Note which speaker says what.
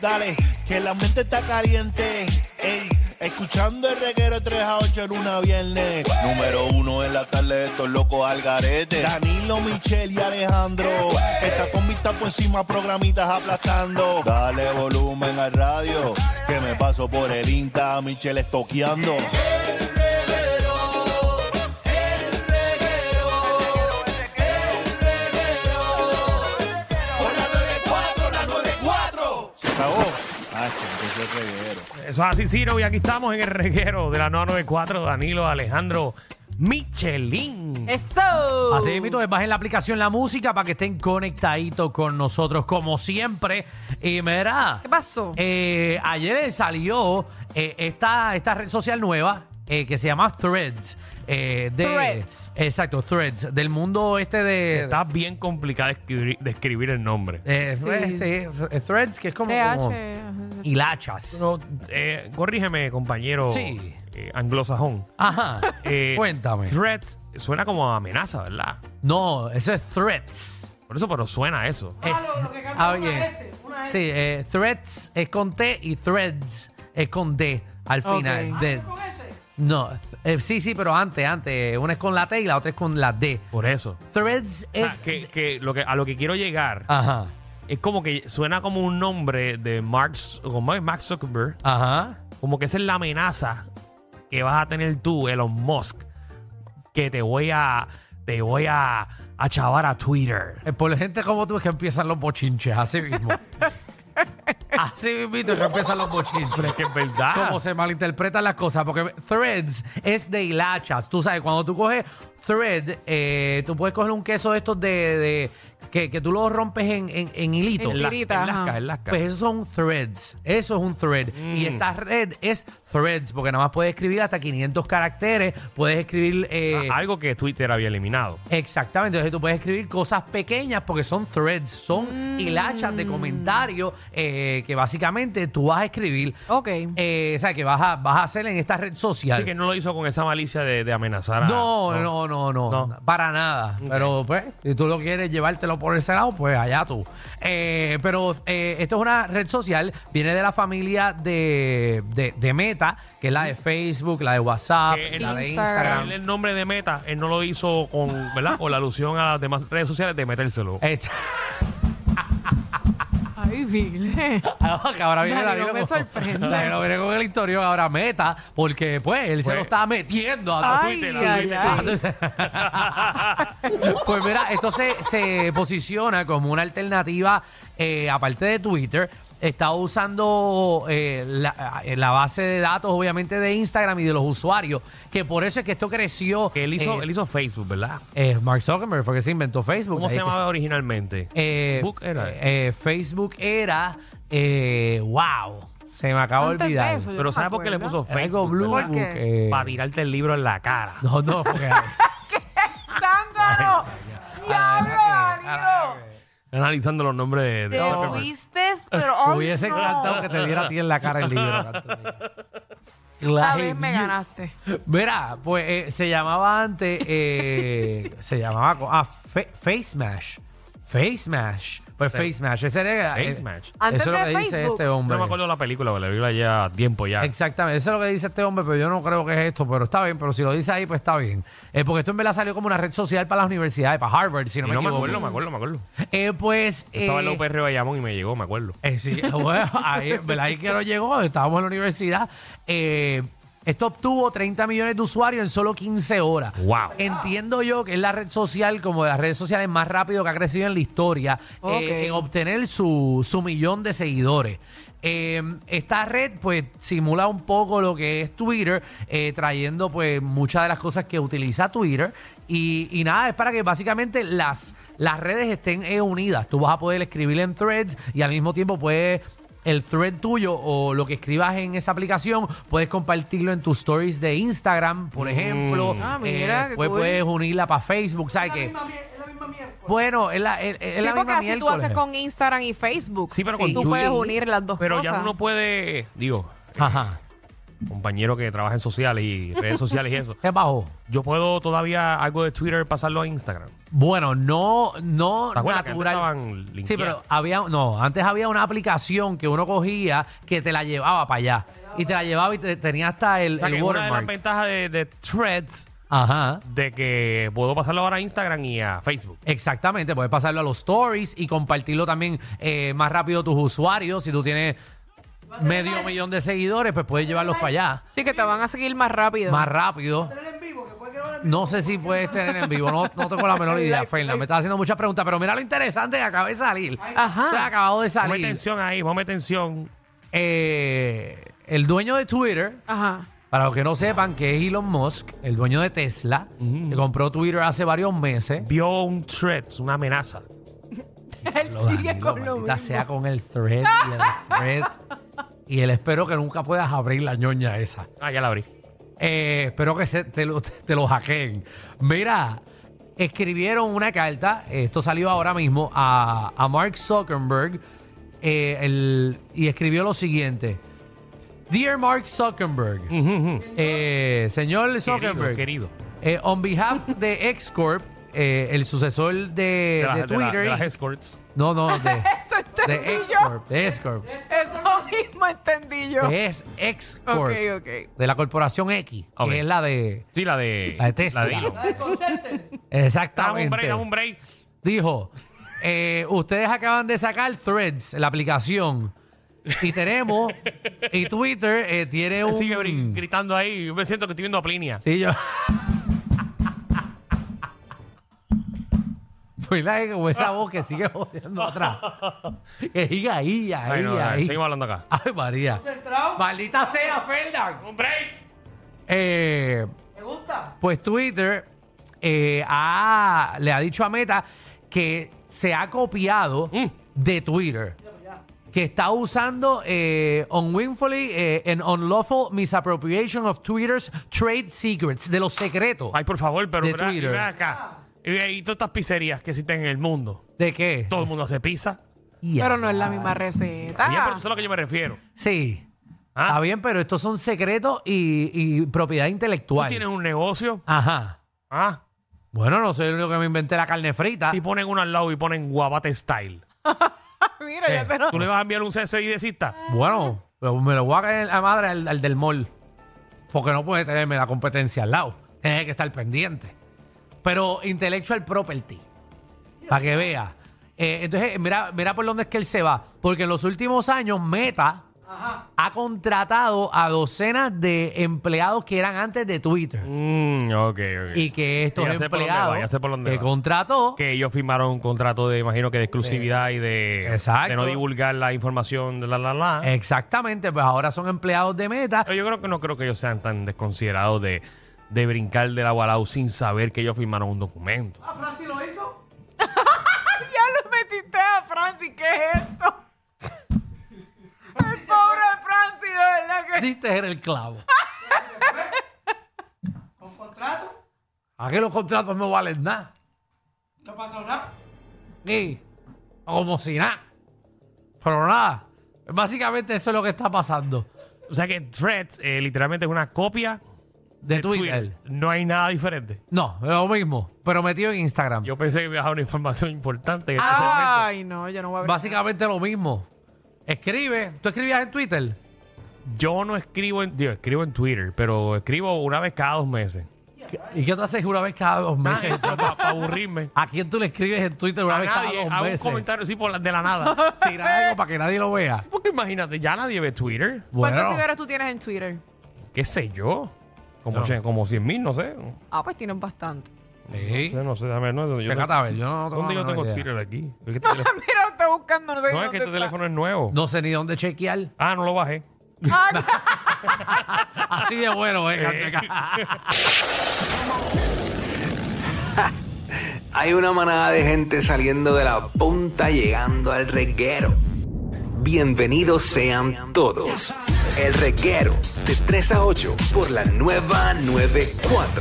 Speaker 1: dale, que la mente está caliente. Ey, escuchando el reguero 3 a 8 en una viernes.
Speaker 2: Número uno en la tarde de estos locos al garete.
Speaker 1: Danilo, Michelle y Alejandro. Esta combita por encima, programitas aplastando.
Speaker 2: Dale volumen al radio, que me paso por el Insta, Michelle estoqueando.
Speaker 1: Acabó. Ah, que empezó el reguero.
Speaker 3: Eso es así, Ciro, y aquí estamos en el reguero de la 994, Danilo, Alejandro, Michelin.
Speaker 4: Eso.
Speaker 5: Así mismo, bajen la aplicación La Música para que estén conectaditos con nosotros, como siempre. Y mira,
Speaker 4: ¿Qué pasó?
Speaker 5: eh, ayer salió eh, esta, esta red social nueva eh, que se llama Threads. eh, de,
Speaker 4: Threads.
Speaker 5: Exacto, Threads, del mundo este de...
Speaker 3: Está bien complicado de escribir, de escribir el nombre.
Speaker 5: eh, pues,
Speaker 4: Sí.
Speaker 5: eh, th- Threads, que es como... como
Speaker 4: TH.
Speaker 5: hilachas.
Speaker 3: No, eh, corrígeme, compañero
Speaker 5: Sí.
Speaker 3: eh, anglosajón.
Speaker 5: Ajá,
Speaker 3: Eh,
Speaker 5: cuéntame.
Speaker 3: Threats suena como amenaza, ¿verdad?
Speaker 5: No, eso es Threads.
Speaker 3: Por eso, pero suena a eso.
Speaker 5: Es- ah, bien. Sí, eh, Threads es con T y Threads es con D al
Speaker 4: Ok.
Speaker 5: final. Threads. No, th- eh, sí, sí, pero antes, antes. Una es con la T y la otra es con la D.
Speaker 3: Por eso.
Speaker 5: Threads
Speaker 3: O sea,
Speaker 5: es...
Speaker 3: que, que lo que, a lo que quiero llegar
Speaker 5: Ajá,
Speaker 3: es como que suena como un nombre de Mark, Z- o como es Mark Zuckerberg.
Speaker 5: ajá.
Speaker 3: Como que esa es la amenaza que vas a tener tú, Elon Musk. Que te voy a. Te voy a. A chavar a Twitter.
Speaker 5: Es Eh, por gente como tú es que empiezan los bochinches, así mismo. así mismito es que empiezan los
Speaker 3: Pero
Speaker 5: bochinches.
Speaker 3: es que es verdad.
Speaker 5: Cómo se malinterpretan las cosas, porque threads es de hilachas. Tú sabes, cuando tú coges thread, eh, tú puedes coger un queso de estos de, de- que, que tú lo rompes en, en, en hilito.
Speaker 4: En
Speaker 5: La-
Speaker 4: tirita,
Speaker 5: en
Speaker 4: ajá.
Speaker 5: lasca, en lasca. Pues eso son threads. Eso es un thread. Y esta red es threads, porque nada más puedes escribir hasta 500 caracteres. Puedes escribir... eh,
Speaker 3: A- Ah, Algo que Twitter había eliminado.
Speaker 5: Exactamente, entonces tú puedes escribir cosas pequeñas porque son threads, son hilachas de comentarios eh, que básicamente tú vas a escribir.
Speaker 4: Ok.
Speaker 5: Eh, o sea, que vas a, vas a hacer en esta red social.
Speaker 3: Así que no lo hizo con esa malicia de, de amenazar a.
Speaker 5: no, no, no, no,
Speaker 3: No.
Speaker 5: para nada. Pero pues, si tú lo quieres llevártelo por ese lado, pues allá tú. Eh, pero eh, esto es una red social, viene de la familia de, de, de Meta, que es la de Facebook, la de WhatsApp,
Speaker 3: Eh,
Speaker 5: la de
Speaker 4: Instagram.
Speaker 5: Instagram.
Speaker 3: Él el nombre de Meta, él no lo hizo con, ¿verdad? Con la alusión a las demás redes sociales de metérselo.
Speaker 5: Esta-
Speaker 4: Ay, Vile.
Speaker 5: Ah, que ahora viene
Speaker 4: Dale,
Speaker 5: Danilo
Speaker 4: no me
Speaker 5: con-
Speaker 4: sorprenda.
Speaker 5: Danilo viene con el historión ahora meta, porque pues él se
Speaker 3: Pues-
Speaker 5: lo está metiendo a tu
Speaker 4: Ay,
Speaker 5: Twitter.
Speaker 3: a
Speaker 4: ay,
Speaker 3: Twitter.
Speaker 4: ay.
Speaker 5: Pues mira, esto se, se posiciona como una alternativa, eh, aparte de Twitter. Está usando eh, la, eh, la base de datos, obviamente, de Instagram y de los usuarios, que por eso es que esto creció.
Speaker 3: Que él hizo,
Speaker 5: eh,
Speaker 3: él hizo Facebook, ¿verdad?
Speaker 5: eh, Mark Zuckerberg, porque se inventó Facebook.
Speaker 3: ¿Cómo
Speaker 5: Ahí
Speaker 3: se
Speaker 5: que-
Speaker 3: llamaba originalmente?
Speaker 5: eh,
Speaker 3: Facebook era.
Speaker 5: eh, Facebook era. eh, ¡Wow! Se me acaba de
Speaker 4: Antes de
Speaker 5: olvidar.
Speaker 4: eso, yo no
Speaker 3: Pero
Speaker 4: me
Speaker 3: ¿sabes por qué le
Speaker 4: acuerdo.
Speaker 3: puso
Speaker 5: Era algo
Speaker 3: Facebook?
Speaker 5: Blue
Speaker 3: verdad?
Speaker 4: ¿Por qué?
Speaker 5: Book, eh,
Speaker 3: Para tirarte el libro en la cara.
Speaker 5: No, no, porque.
Speaker 4: ¡Zángano! ¡Diablo, Danilo!
Speaker 3: Analizando los nombres de. de-
Speaker 4: Te
Speaker 5: No.
Speaker 4: fuiste, pero.
Speaker 5: Me
Speaker 4: ay,
Speaker 5: hubiese
Speaker 4: no.
Speaker 5: encantado que te diera a ti en la cara el libro. Antonio.
Speaker 4: Esta
Speaker 5: Ay,
Speaker 4: vez me
Speaker 5: Dios.
Speaker 4: ganaste.
Speaker 5: Mira, pues eh, se llamaba antes. eh, se llamaba. co- Ah, Fe- Face Mash. Face Mash. Pues Face Mash. Ese era.
Speaker 3: Face
Speaker 5: eh,
Speaker 3: Mash.
Speaker 4: Antes
Speaker 5: eso es lo
Speaker 4: de
Speaker 5: que dice
Speaker 4: Facebook.
Speaker 5: este
Speaker 4: No
Speaker 5: hombre.
Speaker 3: No me acuerdo de la película, porque la película ya tiempo ya.
Speaker 5: Exactamente, eso es lo que dice este hombre, pero yo no creo que es esto, pero está bien, pero si lo dice ahí, pues está bien. Eh, porque esto en verdad salió como una red social para las universidades, para Harvard, si
Speaker 3: Y
Speaker 5: no,
Speaker 3: no me
Speaker 5: equivoco.
Speaker 3: acuerdo, me acuerdo, me acuerdo.
Speaker 5: Eh, pues...
Speaker 3: Estaba en la
Speaker 5: eh,
Speaker 3: UPR Bayamón y me llegó, me acuerdo.
Speaker 5: Eh, sí, bueno, ahí, ¿verdad? ahí que no llegó, estábamos en la universidad. Eh, esto obtuvo 30 millones de usuarios en solo 15 horas.
Speaker 3: Wow.
Speaker 5: Entiendo yo que es la red social, como de las redes sociales más rápido que ha crecido en la historia,
Speaker 4: Ok.
Speaker 5: eh, en obtener su, su millón de seguidores. Eh, esta red, pues, simula un poco lo que es Twitter, eh, trayendo, pues, muchas de las cosas que utiliza Twitter. Y, y nada, es para que básicamente las, las redes estén eh, unidas. Tú vas a poder escribir en threads y al mismo tiempo puedes el thread tuyo o lo que escribas en esa aplicación, puedes compartirlo en tus stories de Instagram, por ejemplo.
Speaker 4: Ah, mira, qué
Speaker 5: pues
Speaker 4: cool.
Speaker 5: puedes unirla para Facebook, ¿sabes qué? Bueno, es la, es, es
Speaker 4: Sí,
Speaker 5: la
Speaker 4: porque
Speaker 5: misma
Speaker 4: así tú
Speaker 5: miércoles.
Speaker 4: haces con Instagram y Facebook.
Speaker 3: Sí, pero con
Speaker 4: tú
Speaker 3: Twitter.
Speaker 4: puedes unir las dos
Speaker 3: Pero
Speaker 4: cosas.
Speaker 3: ya uno puede, digo,
Speaker 5: Ajá.
Speaker 3: compañero que trabaja en sociales y redes sociales y eso.
Speaker 5: ¿Qué bajo?
Speaker 3: Yo puedo todavía algo de Twitter pasarlo a Instagram.
Speaker 5: Bueno, no, no
Speaker 3: ¿Te acuerdas que
Speaker 5: natural.
Speaker 3: antes estaban linkeadas?
Speaker 5: sí, pero había, no, antes había una aplicación que uno cogía que te la llevaba para allá. Y te la llevaba y te, tenía hasta el,
Speaker 3: O sea,
Speaker 5: el
Speaker 3: que una de las
Speaker 5: watermark.
Speaker 3: ventajas de, de Threads
Speaker 5: Ajá.
Speaker 3: de que puedo pasarlo ahora a Instagram y a Facebook.
Speaker 5: Exactamente, puedes pasarlo a los stories y compartirlo también eh, más rápido a tus usuarios. Si tú tienes medio millón de seguidores, pues puedes llevarlos para allá.
Speaker 4: Sí, que te van a seguir más rápido.
Speaker 5: Más rápido. No sé si puedes tener en vivo, no, no tengo la menor idea, Fernan. Me estás haciendo muchas preguntas, pero mira lo interesante que acaba de salir.
Speaker 4: Ajá.
Speaker 5: Te acabado de
Speaker 3: Ponme
Speaker 5: salir.
Speaker 3: tensión ahí, ponme tensión.
Speaker 5: Eh, el dueño de Twitter,
Speaker 4: Ajá.
Speaker 5: para los que no sepan, que es Elon Musk, el dueño de Tesla, que compró Twitter hace varios meses.
Speaker 3: Vio un Threads, una amenaza.
Speaker 4: Él sigue
Speaker 5: Danilo,
Speaker 4: con lo
Speaker 5: maldita
Speaker 4: mismo.
Speaker 5: sea con el thread y el thread. Y él espero que nunca puedas abrir la ñoña esa.
Speaker 3: Ah, ya la abrí.
Speaker 5: Eh, espero que se- te, lo, te lo hackeen. Mira, escribieron una carta, esto salió ahora mismo, a, a Mark Zuckerberg eh, el- y escribió lo siguiente. Dear Mark Zuckerberg, eh, señor Zuckerberg,
Speaker 3: querido.
Speaker 5: eh, on behalf de X Corp, eh, el sucesor de,
Speaker 3: De, las-
Speaker 5: Eh,
Speaker 3: de la-
Speaker 5: de Twitter,
Speaker 3: de
Speaker 5: y-
Speaker 3: las escorts.
Speaker 5: no, no, de, eh.
Speaker 4: Eso entendí
Speaker 5: de
Speaker 4: yo.
Speaker 5: X-Corp. De X-Corp.
Speaker 4: Eso mismo entendí yo.
Speaker 5: Que es X-Corp.
Speaker 4: Ok, ok.
Speaker 5: De la corporación X.
Speaker 3: Ok.
Speaker 5: Que es la de.
Speaker 3: Sí, la de.
Speaker 5: La de Tesla.
Speaker 3: Elon. Dame un
Speaker 5: Exactamente.
Speaker 3: break, dame un break.
Speaker 5: Dijo: eh, Ustedes acaban de sacar Threads, la aplicación. Y tenemos. y Twitter eh, tiene un.
Speaker 3: Sigue brin- gritando ahí. Yo me siento que estoy viendo a Plinia.
Speaker 5: Sí, yo. Fue la como esa voz que sigue jodiendo atrás. Que sigue ahí, ahí,
Speaker 3: Ay, no,
Speaker 5: ahí.
Speaker 3: Seguimos hablando acá.
Speaker 5: Ay, María. Maldita sea, Ferdan.
Speaker 3: ¡Un break!
Speaker 5: Eh, Pues Twitter eh, ha- le ha dicho a Meta que se ha copiado
Speaker 3: Mm.
Speaker 5: de Twitter. Que está usando eh, unwinfully eh, and unlawful misappropriation of Twitter's trade secrets, de los secretos.
Speaker 3: Ay, por favor, pero
Speaker 5: De
Speaker 3: mira, y
Speaker 5: Twitter.
Speaker 3: mira acá. Y, y todas estas pizzerías que existen en el mundo.
Speaker 5: ¿De qué?
Speaker 3: Todo el mundo hace pizza.
Speaker 5: Ya.
Speaker 4: Pero no es la
Speaker 3: Y
Speaker 4: misma
Speaker 3: ya,
Speaker 5: Ah.
Speaker 3: pero
Speaker 4: receta.
Speaker 3: tú sabes a lo que yo me refiero.
Speaker 5: Sí.
Speaker 3: Ah.
Speaker 5: Está bien, pero estos son secretos y, y propiedad
Speaker 3: Tú
Speaker 5: intelectual.
Speaker 3: tienes un negocio.
Speaker 5: Ajá.
Speaker 3: Ah,
Speaker 5: Bueno, no soy el único que me inventé la carne frita.
Speaker 3: y ponen uno al lado y ponen guabate style.
Speaker 4: Mira, ya te lo...
Speaker 3: Eh, Tú le vas a enviar un CSI de cita.
Speaker 5: Ah. Bueno, pero me lo voy a caer a madre al, al del mall. Porque no puede tenerme la competencia al lado. Tiene que estar pendiente. Pero intellectual property. Para que vea. Eh, entonces, mira, mira por dónde es que él se va. Porque en los últimos años, Meta ha contratado a docenas de empleados que eran antes de Twitter.
Speaker 3: Mm, ok, ok.
Speaker 5: Y que estos
Speaker 3: Ya sé por dónde va,
Speaker 5: empleados
Speaker 3: ya sé por dónde
Speaker 5: que
Speaker 3: va.
Speaker 5: contrató
Speaker 3: que ellos firmaron un contrato de, imagino que de exclusividad y de,
Speaker 5: Eh, Exacto. Eh,
Speaker 3: de no divulgar la información de la la la.
Speaker 5: Exactamente, pues ahora son empleados de Meta.
Speaker 3: Yo creo que no creo que ellos sean tan desconsiderados de, de brincar del agualado sin saber que ellos firmaron un documento.
Speaker 4: ya lo metiste a Francis. ¿Qué es esto? El pobre Francis, de verdad que...
Speaker 5: Diste en el clavo. ¿Con contrato? ¿A qué Ah, los contratos no valen nada? No pasó nada. Sí. Como si nada. Pero nada. Básicamente eso es lo que está pasando.
Speaker 3: O sea que Threads eh, literalmente es una copia
Speaker 5: De,
Speaker 3: de
Speaker 5: Twitter.
Speaker 3: Twitter. No hay nada diferente.
Speaker 5: No, lo mismo. Pero metido en Instagram.
Speaker 3: Yo pensé que me dejaba una información importante. en este segmento.
Speaker 4: Ay, no, yo no voy a abrir.
Speaker 5: Básicamente lo mismo. Escribe. ¿Tú escribías en Twitter?
Speaker 3: Yo no escribo en, digo, escribo en Twitter, pero escribo una vez cada dos meses.
Speaker 5: ¿Y qué te haces una vez cada dos meses?
Speaker 3: Para aburrirme.
Speaker 5: ¿A quién tú le escribes en Twitter Ah. una
Speaker 3: A
Speaker 5: vez
Speaker 3: nadie,
Speaker 5: cada
Speaker 3: a
Speaker 5: dos
Speaker 3: un
Speaker 5: meses?
Speaker 3: comentario así por la- de la nada.
Speaker 5: Tirar algo para que nadie lo vea.
Speaker 3: Porque imagínate, ya nadie ve Twitter.
Speaker 4: ¿Cuántos
Speaker 5: Bueno.
Speaker 4: seguidores tú tienes en Twitter?
Speaker 3: ¿Qué sé yo? Como, ochen- como 100 mil, no sé. No
Speaker 4: Ah, pues tienen bastante.
Speaker 5: Sí.
Speaker 3: sé, no sé. A ver, no, yo
Speaker 5: Fíjate, a ver, yo no tengo
Speaker 3: ¿Dónde yo
Speaker 5: la menor
Speaker 3: tengo
Speaker 5: idea.
Speaker 3: Twitter aquí? Es que este teléfono-
Speaker 4: Mira, lo estoy buscando, no sé
Speaker 3: no,
Speaker 4: dónde
Speaker 3: es que este
Speaker 4: está.
Speaker 3: teléfono es nuevo.
Speaker 5: No sé ni dónde chequear.
Speaker 3: Ah, no lo bajé.
Speaker 4: Ah, ya.
Speaker 5: Así de bueno, eh. Canteca.
Speaker 6: Hay una manada de gente saliendo de la punta llegando al reguero. Bienvenidos sean todos. El reguero de 3 a 8 por la nueva 94.